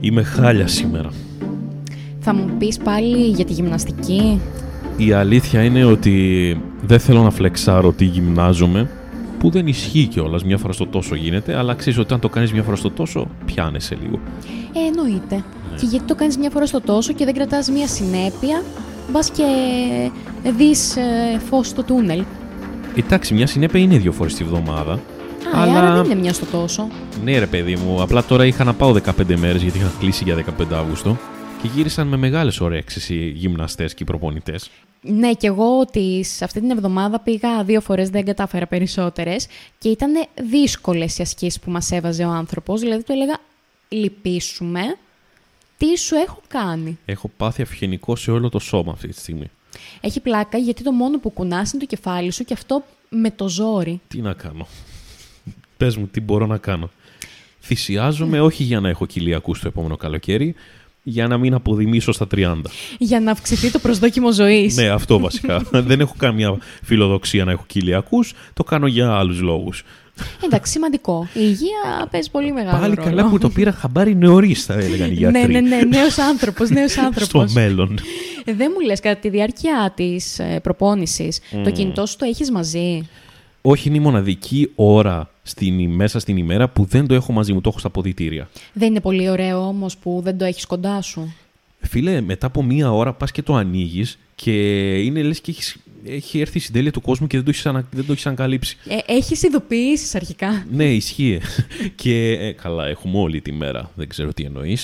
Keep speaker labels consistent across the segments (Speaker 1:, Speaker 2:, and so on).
Speaker 1: Είμαι χάλια σήμερα.
Speaker 2: Θα μου πεις πάλι για τη γυμναστική.
Speaker 1: Η αλήθεια είναι ότι δεν θέλω να φλεξάρω τι γυμνάζομαι, που δεν ισχύει κιόλας. Μια φορά στο τόσο γίνεται, αλλά ξέρεις ότι αν το κάνεις μια φορά στο τόσο, πιάνεσαι λίγο.
Speaker 2: Ε, εννοείται. Και γιατί το κάνεις μια φορά στο τόσο και δεν κρατάς μια συνέπεια, μπας και δεις ε, φως στο τούνελ. Α,
Speaker 1: Εντάξει, μια συνέπεια είναι δύο φορές τη βδομάδα.
Speaker 2: ε,
Speaker 1: Αλλά-
Speaker 2: άρα δεν είναι μια στο τόσο.
Speaker 1: Ναι, ρε παιδί μου, απλά τώρα είχα να πάω 15 μέρες γιατί είχα κλείσει για 15 Αύγουστο και γύρισαν με μεγάλες ωρέξει οι γυμναστές και οι προπονητές.
Speaker 2: Ναι, και εγώ τις, αυτή την εβδομάδα πήγα δύο φορές, δεν κατάφερα περισσότερες και ήταν δύσκολες οι ασκήσεις που μας έβαζε ο άνθρωπος, δηλαδή του έλεγα λυπήσουμε, τι σου έχω κάνει.
Speaker 1: Έχω πάθει αυγενικό σε όλο το σώμα αυτή τη στιγμή.
Speaker 2: Έχει πλάκα γιατί το μόνο που κουνάς είναι το κεφάλι σου και αυτό με το ζόρι.
Speaker 1: Τι να κάνω. Πες μου, τι μπορώ να κάνω. Θυσιάζομαι όχι για να έχω κοιλιακούς το επόμενο καλοκαίρι, για να μην αποδημήσω στα 30.
Speaker 2: Για να αυξηθεί το προσδόκιμο ζωής.
Speaker 1: ναι, αυτό βασικά. Δεν έχω καμία φιλοδοξία να έχω κοιλιακούς. Το κάνω για άλλους λόγους.
Speaker 2: Εντάξει, σημαντικό. Η υγεία παίζει πολύ μεγάλο
Speaker 1: Πάλι
Speaker 2: ρόλο.
Speaker 1: καλά που το πήρα χαμπάρι νεωρί, θα έλεγαν οι γιατροί.
Speaker 2: Ναι, ναι, ναι, νέος άνθρωπος, νέος
Speaker 1: Στο
Speaker 2: άνθρωπος.
Speaker 1: μέλλον.
Speaker 2: Δεν μου λες, κατά τη διάρκεια της ε, προπόνησης, το
Speaker 1: Mm.
Speaker 2: κινητό σου το έχεις μαζί.
Speaker 1: Όχι, είναι η μοναδική ώρα στην, μέσα στην ημέρα που δεν το έχω μαζί μου. Το έχω στα ποδητήρια.
Speaker 2: Δεν είναι πολύ ωραίο όμως που δεν το έχεις κοντά σου.
Speaker 1: Φίλε, μετά από μία ώρα πας και το ανοίγεις και είναι λες και έχεις, έχει έρθει η συντέλεια του κόσμου και δεν το έχεις ανα, δεν το έχεις ανακαλύψει.
Speaker 2: Ε, έχεις ειδοποιήσεις αρχικά.
Speaker 1: Ναι, ισχύει. και ε, καλά, έχουμε όλη τη μέρα. Δεν ξέρω τι εννοείς.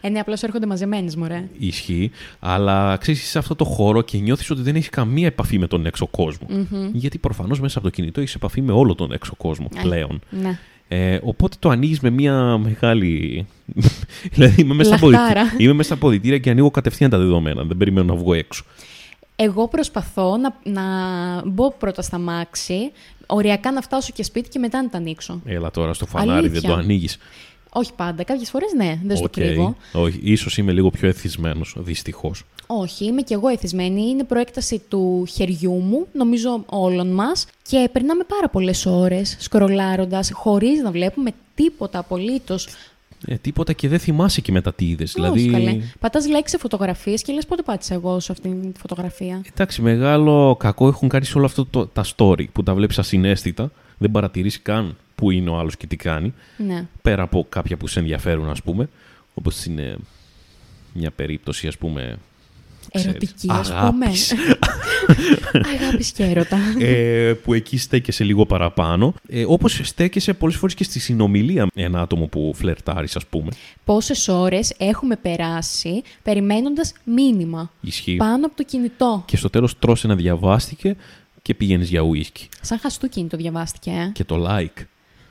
Speaker 2: Ε, ναι, απλώς έρχονται μαζεμένες, μωρέ.
Speaker 1: Ισχύει. Αλλά ξέρεις, σε αυτό το χώρο και νιώθεις ότι δεν έχεις καμία επαφή με τον έξω κόσμο. Γιατί προφανώς μέσα από το κινητό έχεις επαφή με όλο τον έξω κόσμο
Speaker 2: Α,
Speaker 1: πλέον.
Speaker 2: Ναι.
Speaker 1: Ε, οπότε το ανοίγεις με μια μεγάλη. δηλαδή είμαι μέσα, στα
Speaker 2: Λαχτάρα.
Speaker 1: ποδητή- είμαι μέσα στα ποδητήρια και ανοίγω κατευθείαν τα δεδομένα. Δεν περιμένω να βγω έξω.
Speaker 2: Εγώ προσπαθώ να, να μπω πρώτα στα μάξι, οριακά να φτάσω και σπίτι και μετά να τα ανοίξω.
Speaker 1: Έλα τώρα στο φανάρι,
Speaker 2: Αλήθεια.
Speaker 1: δεν το ανοίγεις.
Speaker 2: Όχι πάντα. Κάποιες φορές ναι, δεν στο κρύβω.
Speaker 1: Όχι, ίσως είμαι λίγο πιο εθισμένος, δυστυχώς.
Speaker 2: Όχι, είμαι κι εγώ εθισμένη. Είναι προέκταση του χεριού μου, νομίζω όλων μας. Και περνάμε πάρα πολλές ώρες σκρολάροντας, χωρίς να βλέπουμε τίποτα απολύτως.
Speaker 1: Ε, τίποτα και δεν θυμάσαι και μετά τι είδες.
Speaker 2: Όχι,
Speaker 1: Δηλαδή.
Speaker 2: καλέ. Πατάς like σε φωτογραφίες και λες πότε πάτησα εγώ σε αυτήν τη φωτογραφία.
Speaker 1: Εντάξει, μεγάλο κακό έχουν κάνει σε όλο αυτό το, τα story που τα βλέπεις ασυνέστητα. Δεν παρατηρείς καν που είναι ο άλλος και τι κάνει.
Speaker 2: Ναι.
Speaker 1: Πέρα από κάποια που σε ενδιαφέρουν, ας πούμε. Όπως είναι μια περίπτωση, ας πούμε. ξέρεις,
Speaker 2: Ερωτική, ας πούμε.
Speaker 1: αγάπης.
Speaker 2: Αγάπης και έρωτα.
Speaker 1: ε, που εκεί στέκεσαι λίγο παραπάνω. Ε, Όπως στέκεσαι πολλές φορές και στη συνομιλία με ένα άτομο που φλερτάρεις, ας πούμε.
Speaker 2: Πόσες ώρες έχουμε περάσει περιμένοντας μήνυμα
Speaker 1: Ισχύει.
Speaker 2: πάνω από το κινητό.
Speaker 1: Και στο τέλος τρώσε να διαβάστηκε και πηγαίνεις για ουίσκι.
Speaker 2: Σαν χαστούκι το διαβάστηκε, ε.
Speaker 1: Και το like.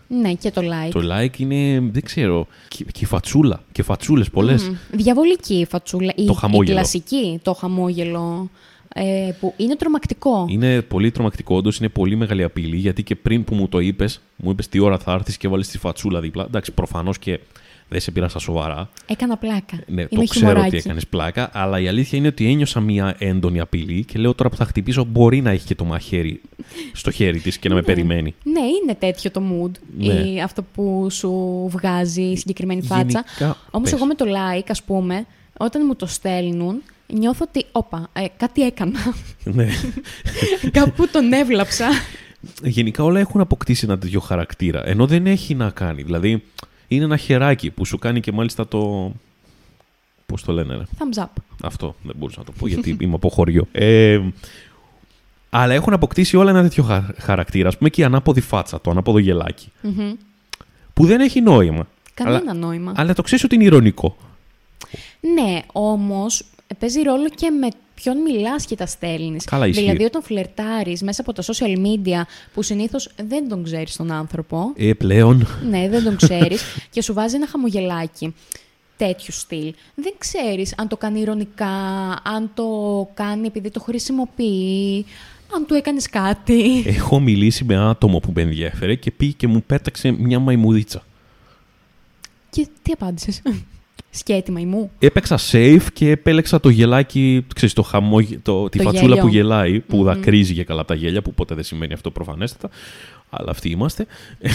Speaker 2: Ναι, και το like.
Speaker 1: Το like είναι, δεν ξέρω, και, και φατσούλα. Και φατσούλε πολλές.
Speaker 2: Μμμ. Διαβολική η φατσούλα. η,
Speaker 1: Το χαμόγελο.
Speaker 2: Η κλασική, το χαμόγελο. Ε, που είναι τρομακτικό.
Speaker 1: Είναι πολύ τρομακτικό, όντως είναι πολύ μεγάλη απειλή. Γιατί και πριν που μου το είπες, μου είπες τι ώρα θα έρθεις και βάλεις τη φατσούλα δίπλα. Εντάξει, προφανώς και δεν σε πήρα στα σοβαρά.
Speaker 2: Έκανα πλάκα.
Speaker 1: Ναι,
Speaker 2: είναι
Speaker 1: το ξέρω ότι
Speaker 2: χιουμοράκι.
Speaker 1: έκανες πλάκα, αλλά η αλήθεια είναι ότι ένιωσα μία έντονη απειλή και λέω τώρα που θα χτυπήσω μπορεί να έχει και το μαχαίρι στο χέρι της και να με περιμένει.
Speaker 2: Ναι, είναι τέτοιο το mood.
Speaker 1: Ναι.
Speaker 2: Ή αυτό που σου βγάζει η συγκεκριμένη φάτσα.
Speaker 1: γενικά,
Speaker 2: Όμως,
Speaker 1: πες.
Speaker 2: εγώ με το like, ας πούμε, όταν μου το στέλνουν, νιώθω ότι, όπα, ε, κάτι έκανα.
Speaker 1: ναι.
Speaker 2: Κάπου τον έβλαψα.
Speaker 1: Γενικά όλα έχουν αποκτήσει ένα τέτοιο χαρακτήρα, ενώ δεν έχει να κάνει. Δηλαδή είναι ένα χεράκι που σου κάνει και μάλιστα το. Πώς το λένε, ρε.
Speaker 2: Thumbs up.
Speaker 1: Αυτό δεν μπορούσα να το πω γιατί είμαι από χωριό. Ε, αλλά έχουν αποκτήσει όλα ένα τέτοιο χα- χαρακτήρα. Ας πούμε και η ανάποδη φάτσα, το ανάποδο γελάκι,
Speaker 2: Μμμ.
Speaker 1: Που δεν έχει νόημα.
Speaker 2: Κανένα
Speaker 1: Αλλά-
Speaker 2: νόημα.
Speaker 1: Αλλά το ξέρεις ότι είναι ηρωνικό.
Speaker 2: Ναι, όμως παίζει ρόλο και με ποιον μιλάς και τα στέλνεις.
Speaker 1: Καλά, ισχύει.
Speaker 2: Δηλαδή, όταν φλερτάρεις μέσα από τα social media που συνήθως δεν τον ξέρεις τον άνθρωπο.
Speaker 1: Ε, πλέον.
Speaker 2: ναι, δεν τον ξέρεις και σου βάζει ένα χαμογελάκι τέτοιου στυλ. Δεν ξέρεις αν το κάνει ηρωνικά, αν το κάνει επειδή το χρησιμοποιεί, αν του έκανες κάτι.
Speaker 1: Έχω μιλήσει με άτομο που με ενδιέφερε και πήγε και μου πέταξε μια μαϊμουδίτσα.
Speaker 2: και τι απάντησες. Σκέτη μαϊμού.
Speaker 1: Έπαιξα safe και επέλεξα το γελάκι, ξέρεις, το χαμό, το, Mm-hmm. τη
Speaker 2: Το
Speaker 1: φατσούλα
Speaker 2: γέλιο.
Speaker 1: που γελάει, που δακρύζει και καλά από τα γέλια, που ποτέ δεν σημαίνει αυτό προφανέστατα. Αλλά αυτοί είμαστε.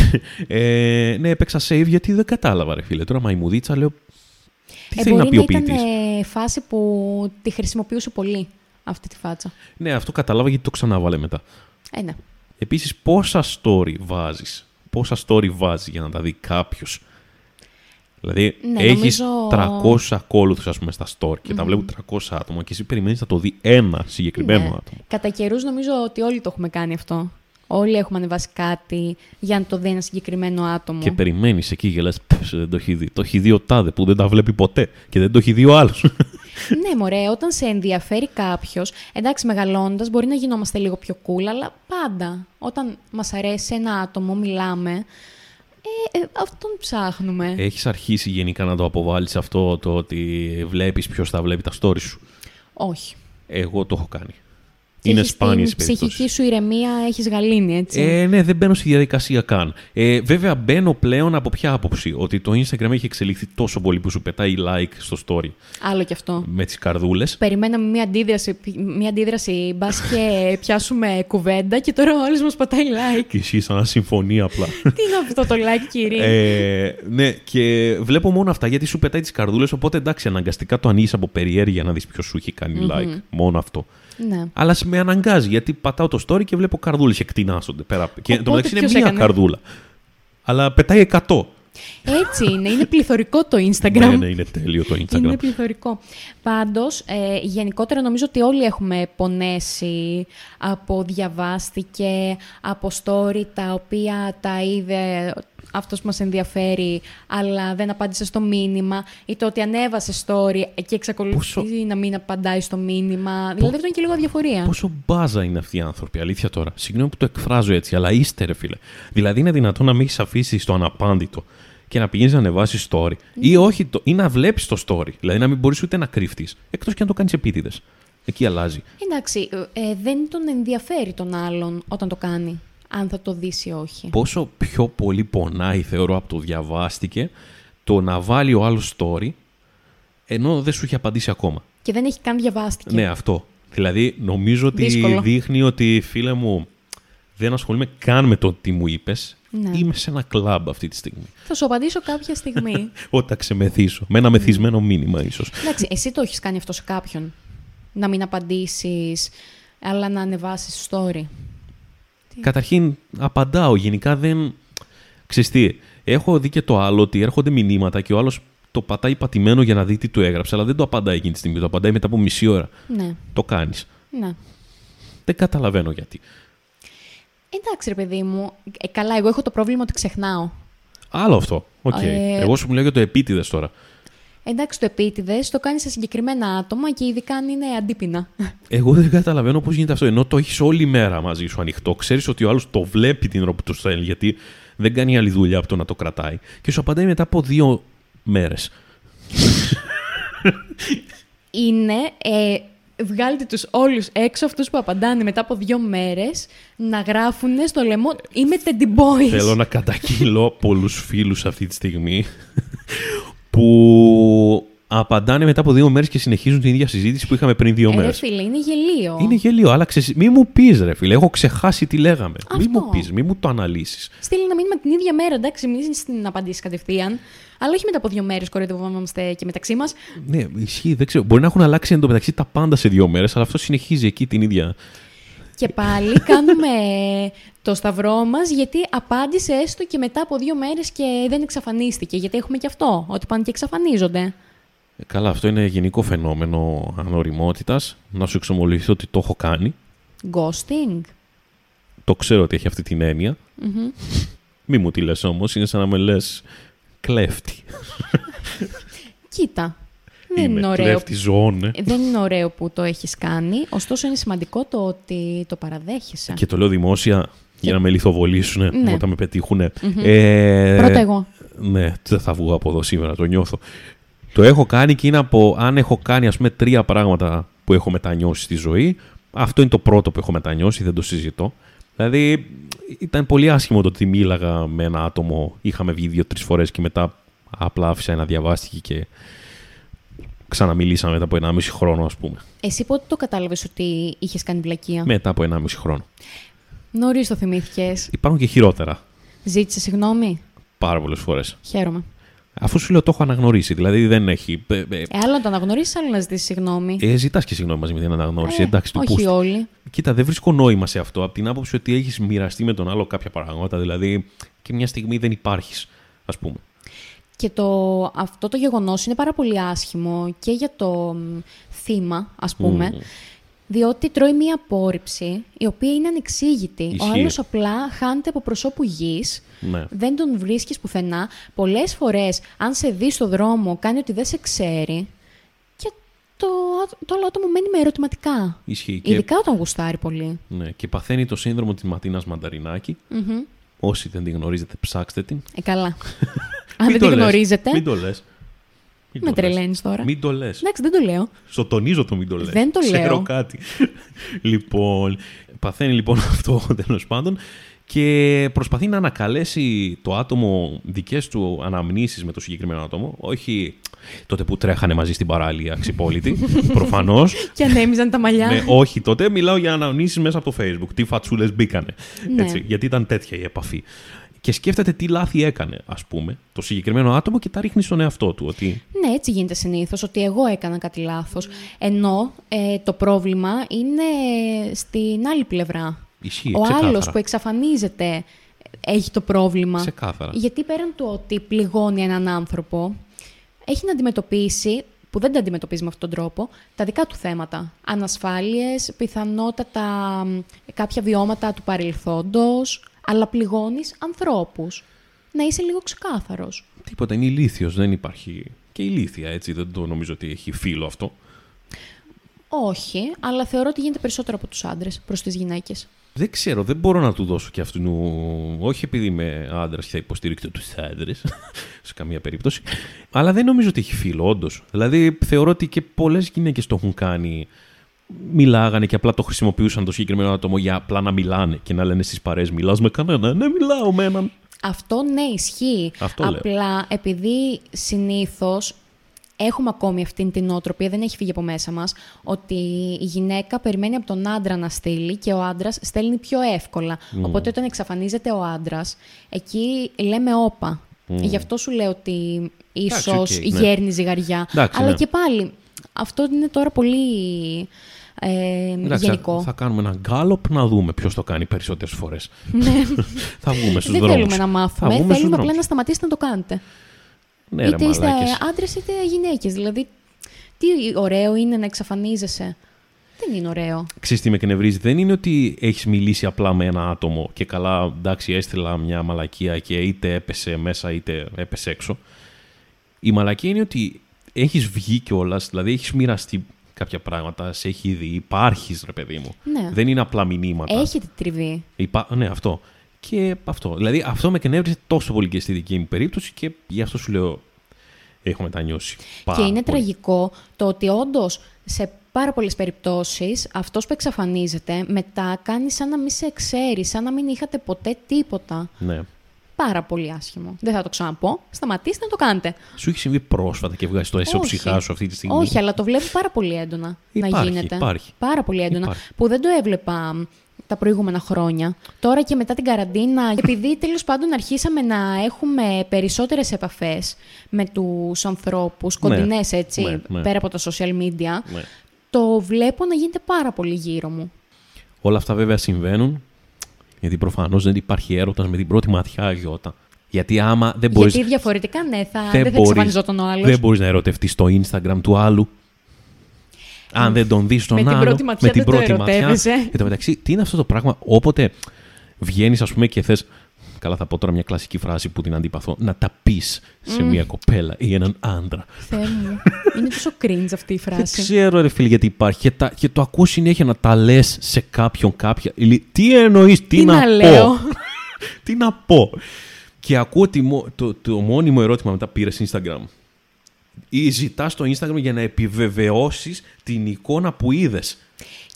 Speaker 1: ε, ναι, έπαιξα safe γιατί δεν κατάλαβα, ρε φίλε. Τώρα μαϊμουδίτσα λέω. Τι θέλει να
Speaker 2: μπορεί
Speaker 1: πει ο
Speaker 2: ήταν
Speaker 1: ποιητής?
Speaker 2: ε, φάση που τη χρησιμοποιούσε πολύ αυτή τη φάτσα.
Speaker 1: Ναι, αυτό κατάλαβα γιατί το ξανάβαλε μετά.
Speaker 2: Ε, ναι.
Speaker 1: Επίσης, πόσα story βάζεις. Πόσα story βάζεις για να τα δει κάποιος. Δηλαδή,
Speaker 2: Ναι,
Speaker 1: έχεις
Speaker 2: νομίζω-
Speaker 1: 300 ακόλουθους, ας πούμε, στα store και τα βλέπουν 300 άτομα και εσύ περιμένεις να το δει ένα συγκεκριμένο
Speaker 2: Ναι.
Speaker 1: άτομο.
Speaker 2: Κατά καιρούς νομίζω ότι όλοι το έχουμε κάνει αυτό. Όλοι έχουμε ανεβάσει κάτι για να το δει ένα συγκεκριμένο άτομο.
Speaker 1: Και περιμένεις εκεί και λες: Δεν το έχει δει. Το έχει δει ο τάδε που δεν τα βλέπει ποτέ και δεν το έχει δει ο άλλος.
Speaker 2: Ναι, μωρέ, όταν σε ενδιαφέρει κάποιος, εντάξει, μεγαλώντας μπορεί να γινόμαστε λίγο πιο cool, αλλά πάντα όταν μας αρέσει ένα άτομο, μιλάμε. Ε, ε, αυτόν ψάχνουμε.
Speaker 1: έχεις αρχίσει γενικά να το αποβάλεις αυτό το ότι βλέπεις ποιος θα βλέπει τα story σου.
Speaker 2: Όχι.
Speaker 1: Εγώ το έχω κάνει.
Speaker 2: Και
Speaker 1: Είναι
Speaker 2: έχεις
Speaker 1: σπάνιε
Speaker 2: Την ψυχική σου ηρεμία έχεις γαλήνη, έτσι.
Speaker 1: Ε, ναι, δεν μπαίνω στη διαδικασία καν. Ε, βέβαια, μπαίνω πλέον από ποια άποψη. Ότι το Instagram έχει εξελιχθεί τόσο πολύ που σου πετάει like στο story
Speaker 2: Άλλο κι αυτό.
Speaker 1: με τις καρδούλες.
Speaker 2: Περιμέναμε μια αντίδραση, μια αντίδραση μπας και πιάσουμε κουβέντα και τώρα ο άλλος μας πατάει like.
Speaker 1: Και εσύ σαν να συμφωνεί απλά.
Speaker 2: Τι είναι αυτό το like, κύριε.
Speaker 1: ε, ναι, και βλέπω μόνο αυτά γιατί σου πετάει τις καρδούλες. Οπότε εντάξει, αναγκαστικά το ανοίγεις από περιέργεια να δεις ποιος σου έχει κάνει like. Μόνο αυτό.
Speaker 2: ναι.
Speaker 1: Αλλά σε με αναγκάζει γιατί πατάω το story και βλέπω καρδούλες και εκτινάσονται πέρα. Και εν
Speaker 2: Οπότε
Speaker 1: τω μεταξύ είναι
Speaker 2: ποιος
Speaker 1: μία
Speaker 2: έκανε?
Speaker 1: καρδούλα. Αλλά πετάει 100.
Speaker 2: Έτσι είναι. Είναι πληθωρικό το Instagram.
Speaker 1: Ναι, ναι, είναι τέλειο το Instagram.
Speaker 2: Είναι πληθωρικό. Πάντως, ε, γενικότερα νομίζω ότι όλοι έχουμε πονέσει από διαβάστηκε, από story τα οποία τα είδε αυτός που μας ενδιαφέρει, αλλά δεν απάντησε στο μήνυμα ή το ότι ανέβασε story και εξακολουθεί
Speaker 1: Πόσο-
Speaker 2: να μην απαντάει στο μήνυμα. Δηλαδή αυτό είναι και λίγο αδιαφορία.
Speaker 1: Πόσο μπάζα είναι αυτοί οι άνθρωποι, αλήθεια τώρα. Συγγνώμη που το εκφράζω έτσι, αλλά είστε ρε φίλε. Δηλαδή είναι δυνατόν να με έχεις αφήσει στο αναπάντητο και να πηγαίνεις να ανεβάσεις story. Ή, όχι, το, ή να βλέπεις το story. Δηλαδή να μην μπορείς ούτε να κρύφτεις. Εκτός και αν το κάνεις επίτηδες. Εκεί αλλάζει.
Speaker 2: Εντάξει, ε, ε, δεν τον ενδιαφέρει τον άλλον όταν το κάνει, αν θα το δεις ή όχι.
Speaker 1: Πόσο πιο πολύ πονάει, θεωρώ, από το διαβάστηκε το να βάλει ο άλλος story ενώ δεν σου έχει απαντήσει ακόμα.
Speaker 2: Και δεν έχει καν διαβάστηκε.
Speaker 1: Ναι, αυτό. Δηλαδή, νομίζω ότι
Speaker 2: Δύσκολο.
Speaker 1: δείχνει ότι φίλε μου, δεν ασχολούμαι καν με το τι μου είπες.
Speaker 2: Ναι.
Speaker 1: Είμαι σε ένα κλαμπ αυτή τη στιγμή.
Speaker 2: Θα σου απαντήσω κάποια στιγμή.
Speaker 1: Όταν ξεμεθύσω. Με ένα μεθυσμένο μήνυμα, ίσως.
Speaker 2: Εντάξει, εσύ το έχεις κάνει αυτό σε κάποιον. Να μην απαντήσεις, αλλά να ανεβάσεις story.
Speaker 1: Καταρχήν, απαντάω. Γενικά δεν. Ξέρεις τι, έχω δει και το άλλο ότι έρχονται μηνύματα και ο άλλος το πατάει πατημένο για να δει τι του έγραψε, αλλά δεν το απαντάει εκείνη τη στιγμή. Το απαντάει μετά από μισή ώρα.
Speaker 2: Ναι,
Speaker 1: Το κάνεις.
Speaker 2: ναι.
Speaker 1: Δεν καταλαβαίνω γιατί.
Speaker 2: Εντάξει ρε παιδί μου, ε, καλά εγώ έχω το πρόβλημα ότι ξεχνάω.
Speaker 1: Άλλο αυτό. Οκ.
Speaker 2: Ε,
Speaker 1: Εγώ σου μιλάω για το επίτηδες τώρα.
Speaker 2: Εντάξει το επίτηδες, το κάνεις σε συγκεκριμένα άτομα και ειδικά αν είναι αντίπεινα.
Speaker 1: Εγώ δεν καταλαβαίνω πώς γίνεται αυτό. Ενώ το έχεις όλη μέρα μαζί σου ανοιχτό, ξέρεις ότι ο άλλος το βλέπει την ώρα που το στέλνει, γιατί δεν κάνει άλλη δουλειά από το να το κρατάει. Και σου απαντάει μετά από δύο μέρες.
Speaker 2: Είναι, ε, βγάλτε τους όλους έξω αυτούς που απαντάνε μετά από δύο μέρες να γράφουν στο λαιμό «Είμαι Teddy Boys». Ε,
Speaker 1: Θέλω να καταγγείλω πολλούς φίλους αυτή τη στιγμή που απαντάνε μετά από δύο μέρες και συνεχίζουν την ίδια συζήτηση που είχαμε πριν δύο
Speaker 2: Ε, ρε
Speaker 1: μέρες.
Speaker 2: φίλε, είναι γελίο.
Speaker 1: Είναι γελίο, αλλά ξέρεις, μη μου πεις, ρε φίλε. Έχω ξεχάσει τι λέγαμε. Μη
Speaker 2: Αυτό.
Speaker 1: μου πεις, μη μου το αναλύσεις.
Speaker 2: Στείλει ένα μήνυμα την ίδια μέρα, εντάξει, μην στην απαντήσεις κατευθείαν. Αλλά όχι μετά από δύο μέρες κοροϊδευόμαστε και μεταξύ μας.
Speaker 1: Ναι, ισχύει, δεν ξέρω. Μπορεί να έχουν αλλάξει εντωμεταξύ τα πάντα σε δύο μέρες, αλλά αυτό συνεχίζει εκεί την ίδια.
Speaker 2: Και πάλι κάνουμε ε, το σταυρό μας, γιατί απάντησε έστω και μετά από δύο μέρες και δεν εξαφανίστηκε. Γιατί έχουμε και αυτό, ότι πάνε και εξαφανίζονται.
Speaker 1: Ε, Καλά, αυτό είναι γενικό φαινόμενο ανοριμότητας. Να σου εξομολογηθώ ότι το έχω κάνει.
Speaker 2: Ghosting.
Speaker 1: Το ξέρω ότι έχει αυτή την εννοια Μη μου τη λες όμως, είναι σαν να με λες κλέφτη.
Speaker 2: Κοίτα. Δεν
Speaker 1: Είμαι
Speaker 2: είναι, ωραίο.
Speaker 1: Κλέφτη ζώων. ε.
Speaker 2: δεν είναι ωραίο που το έχεις κάνει, ωστόσο είναι σημαντικό το ότι το παραδέχεσαι.
Speaker 1: Και το λέω δημόσια για να με λιθοβολήσουν
Speaker 2: Ναι.
Speaker 1: όταν με πετυχουν Ε,
Speaker 2: Πρώτα εγώ.
Speaker 1: Ναι, δεν θα βγω από εδώ σήμερα, το νιώθω. Το έχω κάνει και είναι από, αν έχω κάνει ας πούμε τρία πράγματα που έχω μετανιώσει στη ζωή, αυτό είναι το πρώτο που έχω μετανιώσει, δεν το συζητώ. Δηλαδή ήταν πολύ άσχημο το ότι μίλαγα με ένα άτομο, είχαμε βγει δύο-τρεις φορές και μετά απλά άφησα ένα διαβάστηκε και ξαναμιλήσαμε μετά από 1,5 χρόνο ας πούμε.
Speaker 2: Εσύ πότε το κατάλαβες ότι είχες κάνει βλακεία.
Speaker 1: Μετά από 1,5 χρόνο.
Speaker 2: Νωρίς το θυμήθηκες.
Speaker 1: Υπάρχουν και χειρότερα
Speaker 2: Ζήτησε συγγνώμη.
Speaker 1: πάρα πολλές φορές.
Speaker 2: Χαίρομαι.
Speaker 1: Αφού σου λέω το έχω αναγνωρίσει. Δηλαδή δεν έχει. ε, ε,
Speaker 2: Ε, άλλο να το αναγνωρίσεις, άλλο να ζητήσεις συγγνώμη.
Speaker 1: Ε, ζητάς και συγγνώμη μαζί με την αναγνώριση.
Speaker 2: Ε,
Speaker 1: Εντάξει, του
Speaker 2: όχι
Speaker 1: πούστη.
Speaker 2: όλοι.
Speaker 1: Κοίτα, δεν βρίσκω νόημα σε αυτό. Από την άποψη ότι έχεις μοιραστεί με τον άλλο κάποια πράγματα. Δηλαδή και μια στιγμή δεν υπάρχεις, ας πούμε.
Speaker 2: Και το, αυτό το γεγονός είναι πάρα πολύ άσχημο και για το μ, θύμα, ας πούμε,
Speaker 1: Μμμ.
Speaker 2: διότι τρώει μία απόρριψη η οποία είναι ανεξήγητη.
Speaker 1: Ισχύει.
Speaker 2: Ο άλλος απλά χάνεται από προσώπου γης,
Speaker 1: Ναι.
Speaker 2: δεν τον βρίσκεις πουθενά. Πολλές φορές, αν σε δεις στο δρόμο, κάνει ότι δεν σε ξέρει και το, το άλλο άτομο μένει με ερωτηματικά.
Speaker 1: Ισχύει. Και,
Speaker 2: Ειδικά όταν γουστάρει πολύ.
Speaker 1: ναι, και παθαίνει το σύνδρομο της Ματίνας Μανταρινάκη.
Speaker 2: Μμμ.
Speaker 1: Όσοι δεν τη γνωρίζετε, ψάξτε την.
Speaker 2: Ε, καλά. αν
Speaker 1: Μην
Speaker 2: δεν
Speaker 1: το
Speaker 2: τη
Speaker 1: λες.
Speaker 2: γνωρίζετε,
Speaker 1: Μην το λες.
Speaker 2: με τρελαίνεις τώρα.
Speaker 1: Μην το λες.
Speaker 2: Εντάξει, δεν το λέω.
Speaker 1: Στο τονίζω το μην το λες.
Speaker 2: Δεν το
Speaker 1: Ξέρω
Speaker 2: λέω.
Speaker 1: κάτι. λοιπόν, παθαίνει λοιπόν αυτό τέλος πάντων και προσπαθεί να ανακαλέσει το άτομο δικές του αναμνήσεις με το συγκεκριμένο άτομο. Όχι τότε που τρέχανε μαζί στην παράλια αξιπόλητη, προφανώς.
Speaker 2: Και ανέμιζαν τα μαλλιά.
Speaker 1: Ναι, όχι, τότε μιλάω για αναμνήσεις μέσα από το Facebook. Τι φατσούλες μπήκανε.
Speaker 2: Ναι.
Speaker 1: Έτσι, γιατί ήταν τέτοια η επαφή. Και σκέφτεται τι λάθη έκανε, ας πούμε, το συγκεκριμένο άτομο και τα ρίχνει στον εαυτό του. Ότι
Speaker 2: Ναι, έτσι γίνεται συνήθως, ότι εγώ έκανα κάτι λάθος. Ενώ ε, το πρόβλημα είναι στην άλλη πλευρά.
Speaker 1: ισχύει.
Speaker 2: Ο
Speaker 1: ξεκάθαρα.
Speaker 2: άλλος που εξαφανίζεται έχει το πρόβλημα.
Speaker 1: Ξεκάθαρα.
Speaker 2: Γιατί πέραν του ότι πληγώνει έναν άνθρωπο, έχει να αντιμετωπίσει, που δεν τα αντιμετωπίζει με αυτόν τον τρόπο, τα δικά του θέματα. Ανασφάλειες, πιθανότατα μ, κάποια βιώματα του παρελθόντος, αλλά πληγώνεις ανθρώπους. Να είσαι λίγο ξεκάθαρος.
Speaker 1: Τίποτα, είναι ηλίθιος, δεν υπάρχει. Και ηλίθια, έτσι. Δεν το νομίζω ότι έχει φίλο αυτό.
Speaker 2: Όχι, αλλά θεωρώ ότι γίνεται περισσότερο από τους άντρες προς τις γυναίκες.
Speaker 1: Δεν ξέρω, δεν μπορώ να του δώσω και αυτού. Όχι επειδή είμαι άντρας και θα υποστηρίξω τους άντρες, σε καμία περίπτωση. Αλλά δεν νομίζω ότι έχει φίλο, όντως. Δηλαδή, θεωρώ ότι και πολλές γυναίκες το έχουν κάνει. Μιλάγανε και απλά το χρησιμοποιούσαν το συγκεκριμένο άτομο για απλά να μιλάνε και να λένε στις παρέες: Μιλάς με κανένα. Ναι, μιλάω με έναν.
Speaker 2: Αυτό ναι, ισχύει.
Speaker 1: Αυτό λέω.
Speaker 2: Απλά επειδή συνήθως έχουμε ακόμη αυτή την νοοτροπία, δεν έχει φύγει από μέσα μας, ότι η γυναίκα περιμένει από τον άντρα να στείλει και ο άντρας στέλνει πιο εύκολα.
Speaker 1: Ναι.
Speaker 2: Οπότε όταν εξαφανίζεται ο άντρας, εκεί λέμε όπα. Γι' αυτό σου λέω ότι
Speaker 1: Ναι. Εντάξει,
Speaker 2: ίσως
Speaker 1: οκ, ναι.
Speaker 2: γέρνει ζυγαριά.
Speaker 1: Εντάξει,
Speaker 2: Αλλά
Speaker 1: ναι.
Speaker 2: και πάλι, αυτό είναι τώρα πολύ ε,
Speaker 1: Εντάξει, θα-
Speaker 2: γενικό.
Speaker 1: Θα κάνουμε ένα γκάλωπ να δούμε ποιος το κάνει περισσότερες φορές. θα βγούμε στους
Speaker 2: Ναι. Δεν
Speaker 1: δρόμους.
Speaker 2: θέλουμε να μάθουμε. Θέλουμε απλά να σταματήσετε να το κάνετε.
Speaker 1: Ναι, ρε,
Speaker 2: είτε είστε
Speaker 1: μαλάκες.
Speaker 2: άντρες είτε γυναίκες. Δηλαδή, τι ωραίο είναι να εξαφανίζεσαι. Δεν είναι ωραίο.
Speaker 1: Ξέρεις τι με εκνευρίζει. Δεν είναι ότι έχεις μιλήσει απλά με ένα άτομο και καλά, εντάξει, έστειλα μια μαλακία και είτε έπεσε μέσα είτε έπεσε έξω. Η μαλακία είναι ότι έχεις βγει κιόλας, δηλαδή έχεις μοιραστεί κάποια πράγματα, σε έχει δει, υπάρχεις ρε παιδί μου.
Speaker 2: Ναι.
Speaker 1: Δεν είναι απλά μηνύματα.
Speaker 2: Έχετε τριβή.
Speaker 1: Υπά... Ναι, αυτό. Και αυτό. Δηλαδή αυτό με εκνεύρισε τόσο πολύ και στη δική μου περίπτωση και γι' αυτό σου λέω έχω μετανιώσει. Πάρα
Speaker 2: και είναι
Speaker 1: πολύ.
Speaker 2: τραγικό το ότι όντως σε πάρα πολλές περιπτώσεις αυτός που εξαφανίζεται μετά κάνει σαν να μην σε ξέρει, σαν να μην είχατε ποτέ τίποτα.
Speaker 1: Ναι.
Speaker 2: Πάρα πολύ άσχημο. Δεν θα το ξαναπώ. Σταματήστε να το κάνετε.
Speaker 1: Σου έχει συμβεί πρόσφατα και βγάζει το εσύ
Speaker 2: Όχι.
Speaker 1: ψυχά σου αυτή τη στιγμή.
Speaker 2: Όχι, αλλά το βλέπω πάρα πολύ έντονα να
Speaker 1: Υπάρχει,
Speaker 2: γίνεται.
Speaker 1: υπάρχει.
Speaker 2: Πάρα πολύ έντονα.
Speaker 1: Υπάρχει.
Speaker 2: Που δεν το έβλεπα μ, τα προηγούμενα χρόνια. Τώρα και μετά την καραντίνα, επειδή τέλος πάντων αρχίσαμε να έχουμε περισσότερες επαφές με τους ανθρώπους,
Speaker 1: Ναι.
Speaker 2: κοντινές έτσι,
Speaker 1: Ναι, ναι.
Speaker 2: πέρα από τα social media,
Speaker 1: Ναι.
Speaker 2: το βλέπω να γίνεται πάρα πολύ γύρω μου.
Speaker 1: Όλα αυτά βέβαια συμβαίνουν γιατί προφανώς δεν υπάρχει έρωτας με την πρώτη ματιά, Γιώτα. Γιατί άμα δεν μπορείς.
Speaker 2: Γιατί διαφορετικά, ναι, θα, δεν, θα εξαφανιζόταν ο άλλος.
Speaker 1: δεν μπορείς να ερωτευτείς στο Instagram του άλλου. Αν δεν τον δεις τον
Speaker 2: την
Speaker 1: άλλο.
Speaker 2: πρώτη ματιά δεν το ερωτεύεσαι.
Speaker 1: Εν τω μεταξύ, τι είναι αυτό το πράγμα. Όποτε βγαίνεις, ας πούμε, και θες. Καλά, θα πω τώρα μια κλασική φράση που την αντιπαθώ. Να τα πεις σε μια κοπέλα ή έναν άντρα.
Speaker 2: Θεέ μου. Είναι τόσο cringe αυτή η
Speaker 1: Δεν
Speaker 2: φράση.
Speaker 1: ξέρω, ρε φίλε, γιατί υπάρχει. Και, τα- και το ακούω συνέχεια να τα λες σε κάποιον κάποια. Λι- Τι εννοείς, τι,
Speaker 2: Τι
Speaker 1: να,
Speaker 2: να
Speaker 1: πω.
Speaker 2: λέω.
Speaker 1: τι να πω. Και ακούω τη μο- το, το μόνιμο ερώτημα μετά πήρες Instagram. Ή ζητάς το Instagram για να επιβεβαιώσεις την εικόνα που είδες.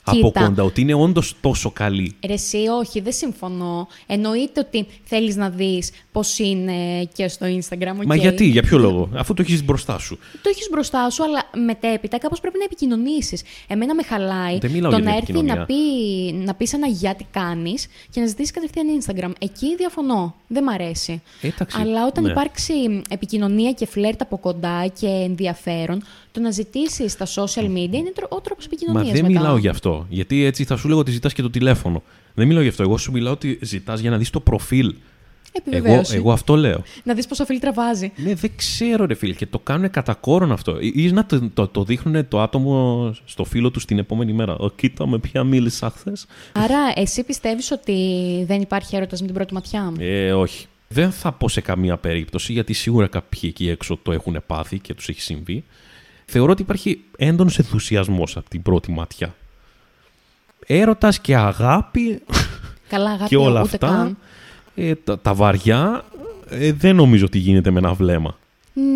Speaker 1: από κοντά, ότι είναι όντως τόσο καλή.
Speaker 2: Ρε εσύ, όχι, δεν συμφωνώ. Εννοείται ότι θέλεις να δεις πώς είναι και στο Instagram.
Speaker 1: Μα
Speaker 2: οκ.
Speaker 1: γιατί, για ποιο λόγο, αφού το έχεις μπροστά σου.
Speaker 2: Το έχεις μπροστά σου, αλλά μετέπειτα κάπως πρέπει να επικοινωνήσεις. Εμένα με χαλάει
Speaker 1: Δεν μιλάω
Speaker 2: το
Speaker 1: για
Speaker 2: να
Speaker 1: την
Speaker 2: έρθει να πει,
Speaker 1: επικοινωνία.
Speaker 2: να πεις ένα για τι κάνεις και να ζητήσει κατευθείαν Instagram. Εκεί διαφωνώ. Δεν μ' αρέσει.
Speaker 1: Εντάξει,
Speaker 2: αλλά όταν
Speaker 1: ναι.
Speaker 2: υπάρξει επικοινωνία και φλερτ από κοντά και ενδιαφέρον, το να ζητήσεις στα social media είναι τρο- ο τρόπος
Speaker 1: Μα
Speaker 2: επικοινωνίας.
Speaker 1: δεν μιλάω γι' αυτό. Γιατί έτσι θα σου λέγω ότι ζητάς και το τηλέφωνο. Δεν μιλάω γι' αυτό. Εγώ σου μιλάω ότι ζητάς για να δεις το προφίλ. Εγώ,
Speaker 2: ε.
Speaker 1: εγώ αυτό λέω.
Speaker 2: Να δεις πόσα φίλτρα βάζει.
Speaker 1: Ναι, δεν ξέρω, ρε φίλε. Και το κάνουν κατά κόρον αυτό. Ή ή να το, το, το δείχνουν το άτομο στο φίλο του την επόμενη μέρα. Ο, κοίτα με ποια μίλησα χθες.
Speaker 2: Άρα, εσύ πιστεύεις ότι δεν υπάρχει έρωτας με την πρώτη ματιά.
Speaker 1: Ε, όχι. Δεν θα πω σε καμία περίπτωση, γιατί σίγουρα κάποιοι εκεί έξω το έχουν πάθει και τους έχει συμβεί. Θεωρώ ότι υπάρχει έντονος ενθουσιασμός από την πρώτη ματιά. Έρωτας και αγάπη
Speaker 2: Καλά, αγάπη,
Speaker 1: και όλα
Speaker 2: ούτε
Speaker 1: αυτά,
Speaker 2: καν.
Speaker 1: ε, τα, τα βαριά, ε, δεν νομίζω ότι γίνεται με ένα βλέμμα.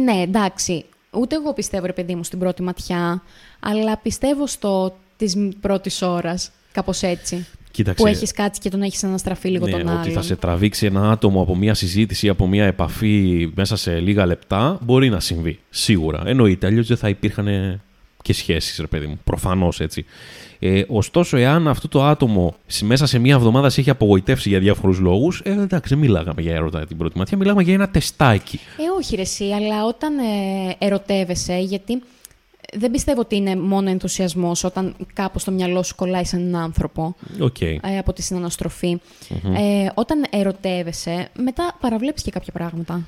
Speaker 2: Ναι, εντάξει. Ούτε εγώ πιστεύω, ρε παιδί μου, στην πρώτη ματιά, αλλά πιστεύω στο της πρώτης ώρας, κάπως έτσι.
Speaker 1: Κοίταξε,
Speaker 2: Που έχεις κάτσει και τον έχεις αναστραφεί λίγο
Speaker 1: ναι,
Speaker 2: τον
Speaker 1: ότι
Speaker 2: άλλον.
Speaker 1: θα σε τραβήξει ένα άτομο από μια συζήτηση ή από μια επαφή μέσα σε λίγα λεπτά, μπορεί να συμβεί. Σίγουρα. Εννοείται. Αλλιώς δεν θα υπήρχαν και σχέσεις, ρε παιδί μου. Προφανώς έτσι. Ε, ωστόσο, εάν αυτό το άτομο σ- μέσα σε μια εβδομάδα σε έχει απογοητεύσει για διάφορους λόγους, ε, εντάξει, δεν μιλάγαμε για έρωτα την πρώτη ματιά, μιλάμε για ένα τεστάκι.
Speaker 2: Ε, όχι ρε εσύ, αλλά όταν ε, ερωτεύεσαι, γιατί ε, δεν πιστεύω ότι είναι μόνο ενθουσιασμός όταν κάπως το μυαλό σου κολλάει σε έναν άνθρωπο
Speaker 1: Οκ.
Speaker 2: ε, από τη συναναστροφη Ε, όταν ερωτεύεσαι, μετά παραβλέπεις και κάποια πράγματα.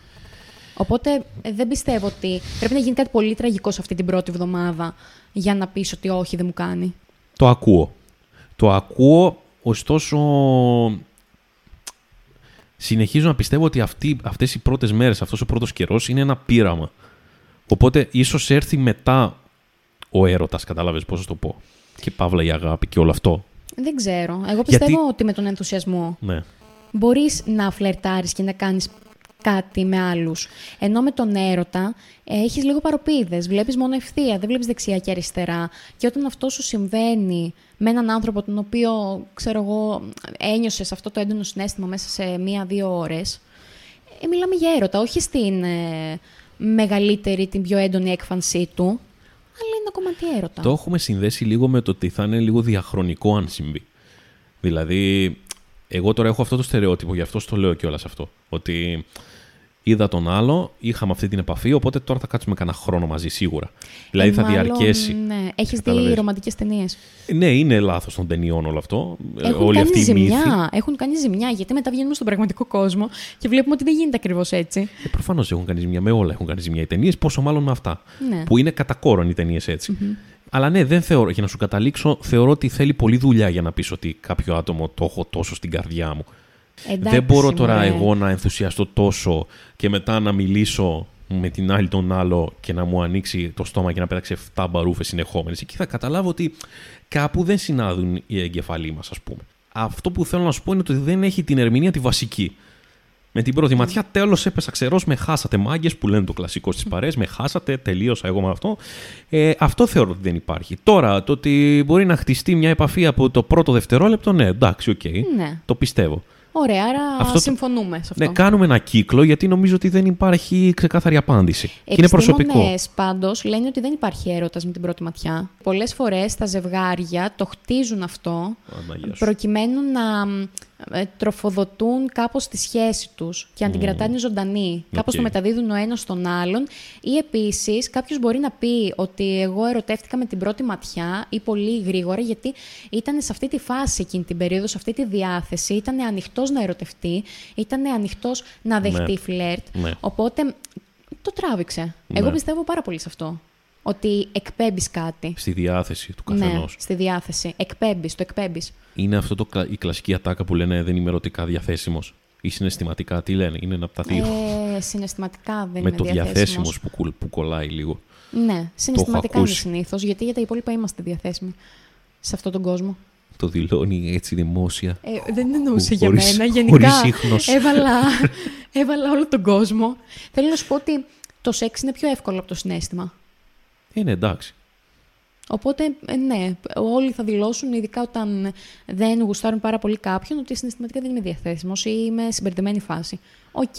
Speaker 2: Οπότε ε, δεν πιστεύω ότι πρέπει να γίνει κάτι πολύ τραγικό σε αυτή την πρώτη εβδομάδα για να πεις ότι όχι, δεν μου κάνει.
Speaker 1: Το ακούω. Το ακούω, ωστόσο συνεχίζω να πιστεύω ότι αυτή, αυτές οι πρώτες μέρες, αυτός ο πρώτος καιρός είναι ένα πείραμα. Οπότε ίσως έρθει μετά ο έρωτας, κατάλαβες πώς θα το πω. Και παύλα η αγάπη και όλο αυτό.
Speaker 2: Δεν ξέρω. Εγώ
Speaker 1: Γιατί-
Speaker 2: πιστεύω ότι με τον ενθουσιασμό
Speaker 1: Ναι.
Speaker 2: μπορείς να φλερτάρεις και να κάνεις κάτι με άλλους. Ενώ με τον έρωτα ε, έχεις λίγο παροπίδες, βλέπεις μόνο ευθεία, δεν βλέπεις δεξιά και αριστερά. Και όταν αυτό σου συμβαίνει με έναν άνθρωπο τον οποίο, ξέρω εγώ, ένιωσες αυτό το έντονο συνέστημα μέσα σε μία-δύο ώρες, ε, μιλάμε για έρωτα, όχι στην ε, μεγαλύτερη, την πιο έντονη έκφανσή του, αλλά είναι κομμάτι έρωτα.
Speaker 1: Το έχουμε συνδέσει λίγο με το ότι θα είναι λίγο διαχρονικό αν συμβεί. Δηλαδή, εγώ τώρα έχω αυτό το στερεότυπο, γι' αυτό στο λέω κιόλας αυτό. Ότι είδα τον άλλο, είχαμε αυτή την επαφή, οπότε τώρα θα κάτσουμε κανένα χρόνο μαζί σίγουρα. Δηλαδή
Speaker 2: Ε,
Speaker 1: θα
Speaker 2: μάλλον,
Speaker 1: διαρκέσει.
Speaker 2: Ναι. Έχεις δει
Speaker 1: Καταλαβες.
Speaker 2: ρομαντικές ταινίες.
Speaker 1: Ναι, είναι λάθος των ταινιών όλο αυτό. Ε,
Speaker 2: Έχουν
Speaker 1: Όλη
Speaker 2: κάνει
Speaker 1: αυτή η μύθη.
Speaker 2: ζημιά. Έχουν κάνει ζημιά γιατί μετά βγαίνουμε στον πραγματικό κόσμο και βλέπουμε ότι δεν γίνεται ακριβώς έτσι.
Speaker 1: Ε, Προφανώς έχουν κάνει ζημιά με όλα. Έχουν κάνει ζημιά οι ταινίες, πόσο μάλλον με αυτά.
Speaker 2: Ναι.
Speaker 1: Που είναι κατά κόρον οι ταινίες Αλλά ναι, δεν θεωρώ, για να σου καταλήξω, θεωρώ ότι θέλει πολλή δουλειά για να πεις ότι κάποιο άτομο το έχω τόσο στην καρδιά μου.
Speaker 2: Εντάξει, ναι.
Speaker 1: δεν μπορώ τώρα
Speaker 2: μωρέ.
Speaker 1: εγώ να ενθουσιαστώ τόσο και μετά να μιλήσω με την άλλη τον άλλο και να μου ανοίξει το στόμα και να πέταξε 7 μπαρούφες συνεχόμενες. Εκεί θα καταλάβω ότι κάπου δεν συνάδουν οι εγκεφαλοί μας, ας πούμε. Αυτό που θέλω να σου πω είναι ότι δεν έχει την ερμηνεία τη βασική. Με την πρώτη ματιά, τέλος έπεσα ξερός, με χάσατε μάγκες που λένε το κλασικό στις παρέ, με χάσατε, τελείωσα εγώ με αυτό. Ε, αυτό θεωρώ ότι δεν υπάρχει. Τώρα, το ότι μπορεί να χτιστεί μια επαφή από το πρώτο δευτερόλεπτο, ναι, εντάξει, οκ.
Speaker 2: Ναι.
Speaker 1: Το πιστεύω.
Speaker 2: Ωραία, άρα
Speaker 1: Αυτό το-
Speaker 2: συμφωνούμε σε αυτό.
Speaker 1: Ναι, κάνουμε ένα κύκλο γιατί νομίζω ότι δεν υπάρχει ξεκάθαρη απάντηση. Και είναι προσωπικό.
Speaker 2: Επιστήμονες πάντως λένε ότι δεν υπάρχει έρωτας με την πρώτη ματιά. Πολλές φορές τα ζευγάρια το χτίζουν αυτό
Speaker 1: Παναγία σου.
Speaker 2: προκειμένου να μ, ε, τροφοδοτούν κάπως τη σχέση τους και να την κρατάνε ζωντανή. Κάπως
Speaker 1: Οκ.
Speaker 2: το μεταδίδουν ο ένας στον άλλον. Ή επίσης κάποιος μπορεί να πει ότι εγώ ερωτεύτηκα με την πρώτη ματιά ή πολύ γρήγορα γιατί ήταν σε αυτή τη φάση εκείνη την περίοδο, σε αυτή τη διάθεση, ήταν ανοιχτός να ερωτευτεί, ήταν ανοιχτός να δεχτεί φλερτ.
Speaker 1: Ναι.
Speaker 2: Οπότε το τράβηξε.
Speaker 1: Ναι.
Speaker 2: Εγώ πιστεύω πάρα πολύ σε αυτό. Ότι εκπέμπεις κάτι.
Speaker 1: Στη διάθεση του καθενός.
Speaker 2: Ναι, στη διάθεση. Εκπέμπεις, το εκπέμπεις.
Speaker 1: Είναι αυτό το, κλα- η κλασική ατάκα που λένε δεν είμαι ερωτικά διαθέσιμος. Ή συναισθηματικά, τι λένε. Είναι ένα από τα δύο.
Speaker 2: Ε, συναισθηματικά δεν
Speaker 1: με
Speaker 2: είμαι
Speaker 1: το διαθέσιμος
Speaker 2: διαθέσιμος.
Speaker 1: που, κουλ- που κολλάει λίγο.
Speaker 2: Ναι, συναισθηματικά είναι
Speaker 1: ακούσει.
Speaker 2: συνήθως, γιατί για τα υπόλοιπα είμαστε διαθέσιμοι σε αυτόν τον κόσμο.
Speaker 1: Το δηλώνει έτσι δημόσια.
Speaker 2: Ε, δεν εννοούσε για
Speaker 1: Χωρίς-
Speaker 2: μένα. Γενικά
Speaker 1: χωρίς ίχνος.
Speaker 2: έβαλα, έβαλα όλο τον κόσμο. Θέλω να σου πω ότι το σεξ είναι πιο εύκολο από το συνέστημα.
Speaker 1: Ε, ναι, εντάξει.
Speaker 2: Οπότε, ε, ναι, όλοι θα δηλώσουν, ειδικά όταν δεν γουστάρουν πάρα πολύ κάποιον, ότι συναισθηματικά δεν είμαι διαθέσιμος ή είμαι σε μπερδεμένη φάση. Οκ,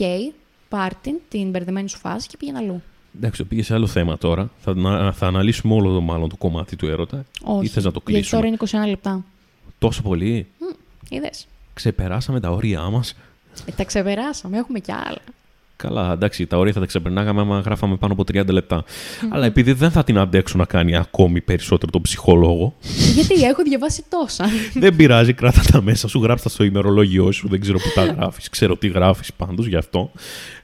Speaker 2: πάρ' την, την μπερδεμένη σου φάση και πήγαινε αλλού.
Speaker 1: Εντάξει, το πήγες σε άλλο θέμα τώρα. Θα, να- θα αναλύσουμε όλο το μάλλον το κομμάτι του έρωτα.
Speaker 2: Όχι.
Speaker 1: Ή θες να το
Speaker 2: Γιατί
Speaker 1: κλείσουμε.
Speaker 2: τώρα είναι 21 λεπτά.
Speaker 1: Τόσο πολύ.
Speaker 2: Είδες.
Speaker 1: Ξεπεράσαμε τα όρια μας.
Speaker 2: Ε, τα ξεπεράσαμε, έχουμε κι άλλα.
Speaker 1: Καλά, εντάξει, τα όρια θα τα ξεπερνάγαμε άμα γράφαμε πάνω από 30 λεπτα Αλλά επειδή δεν θα την αντέξω να κάνει ακόμη περισσότερο τον ψυχολόγο,
Speaker 2: Ε, Γιατί έχω διαβάσει τόσα.
Speaker 1: δεν πειράζει, κράτα τα μέσα σου, γράψτε τα στο ημερολόγιό σου. Δεν ξέρω που τα γράφεις. Ξέρω τι γράφεις πάντως γι' αυτό.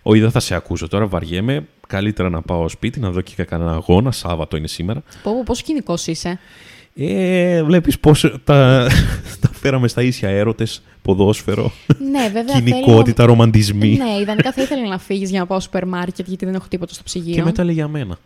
Speaker 1: Όχι, δεν θα σε ακούσω τώρα, βαριέμαι. Καλύτερα να πάω σπίτι, να δω και κανένα αγώνα. Σάββατο είναι σήμερα.
Speaker 2: Πω, πω, πόσο κοινικό είσαι.
Speaker 1: Ε, βλέπεις πώς τα, τα φέραμε στα ίσια έρωτες, ποδόσφαιρο,
Speaker 2: ναι, βέβαια. θέλω να-
Speaker 1: κοινικότητα, ρομαντισμοί.
Speaker 2: Ναι, ιδανικά θα ήθελα να φύγεις για να πάω στο σούπερ μάρκετ, γιατί δεν έχω τίποτα στο ψυγείο.
Speaker 1: Και μετά λέει για μένα.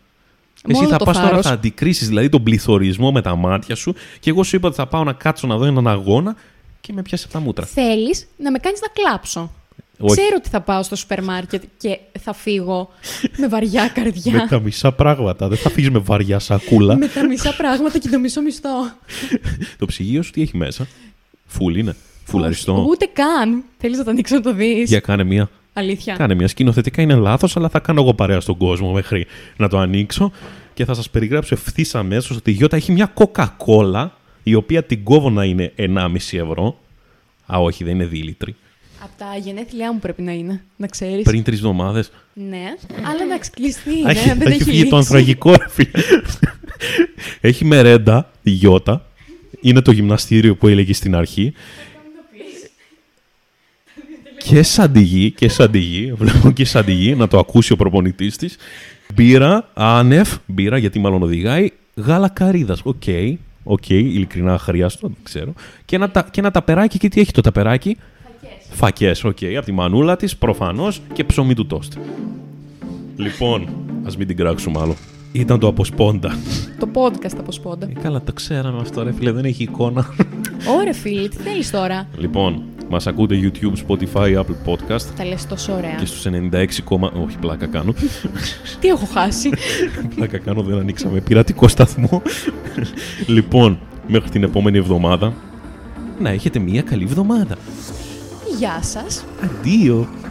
Speaker 2: Μόνο
Speaker 1: Εσύ θα
Speaker 2: το
Speaker 1: πας τώρα,
Speaker 2: θάρρος.
Speaker 1: θα αντικρίσεις δηλαδή τον πληθωρισμό με τα μάτια σου και εγώ σου είπα ότι θα πάω να κάτσω να δω έναν αγώνα και με πιάσει από τα μούτρα.
Speaker 2: Θέλεις να με κάνεις να κλάψω.
Speaker 1: Όχι.
Speaker 2: Ξέρω ότι θα πάω στο σούπερ μάρκετ και θα φύγω με βαριά καρδιά.
Speaker 1: Με τα μισά πράγματα. Δεν θα φύγεις με βαριά σακούλα.
Speaker 2: με τα μισά πράγματα και το μισό μισθό.
Speaker 1: το ψυγείο σου τι έχει μέσα. Φουλ είναι. Φουλαριστό.
Speaker 2: Ούτε καν. Θέλεις να το ανοίξω να το δεις.
Speaker 1: Για κάνε μία.
Speaker 2: Αλήθεια.
Speaker 1: Κάνε μια. Σκηνοθετικά είναι λάθος, αλλά θα κάνω εγώ παρέα στον κόσμο μέχρι να το ανοίξω και θα σας περιγράψω ευθύς αμέσως ότι η Γιώτα έχει μια Coca-Cola, η οποία την κόβω να είναι 1,5 ευρώ. Α, όχι, δεν είναι δίλητρη.
Speaker 2: Από τα γενέθλιά μου πρέπει να είναι. Να ξέρεις.
Speaker 1: Πριν τρεις εβδομάδες.
Speaker 2: Ναι. Αλλά εντάξει, κλειστή
Speaker 1: Θα
Speaker 2: είναι.
Speaker 1: έχει,
Speaker 2: Ναι, δεν
Speaker 1: θα έχει
Speaker 2: έχει
Speaker 1: βγει το
Speaker 2: λήξει.
Speaker 1: ανθραγικό, ρε φίλε. έχει μερέντα, η Γιώτα. Είναι το γυμναστήριο που έλεγε στην αρχή. και σαντιγί, και σαντιγί, βλέπω και σαντιγί, να το ακούσει ο προπονητής της. Μπύρα, άνευ, μπύρα, γιατί μάλλον οδηγάει. Γάλα καρύδας. Οκ, οκ, ειλικρινά αχρίαστο, δεν ξέρω. Και ένα, τα- και ένα ταπεράκι, και τι έχει το ταπεράκι. Φακές, οκ, από τη μανούλα της, προφανώς, και ψωμί του τόστ. Λοιπόν, ας μην την κράξουμε άλλο. Ήταν το αποσπόντα.
Speaker 2: Το podcast από σπόντα.
Speaker 1: Ε, καλά, το ξέραμε αυτό, ρε φίλε, δεν έχει εικόνα.
Speaker 2: Ωραία, φίλε, τι θέλεις τώρα.
Speaker 1: λοιπόν, μας ακούτε YouTube, Spotify, Apple Podcast
Speaker 2: Τα λες τόσο ωραία.
Speaker 1: και στους 96, όχι πλάκα κάνω.
Speaker 2: Τι έχω χάσει.
Speaker 1: πλάκα κάνω, δεν ανοίξαμε πειρατικό σταθμό. λοιπόν, μέχρι την επόμενη εβδομάδα να έχετε μια καλή εβδομάδα.
Speaker 2: Γεια σας.
Speaker 1: Αντίο.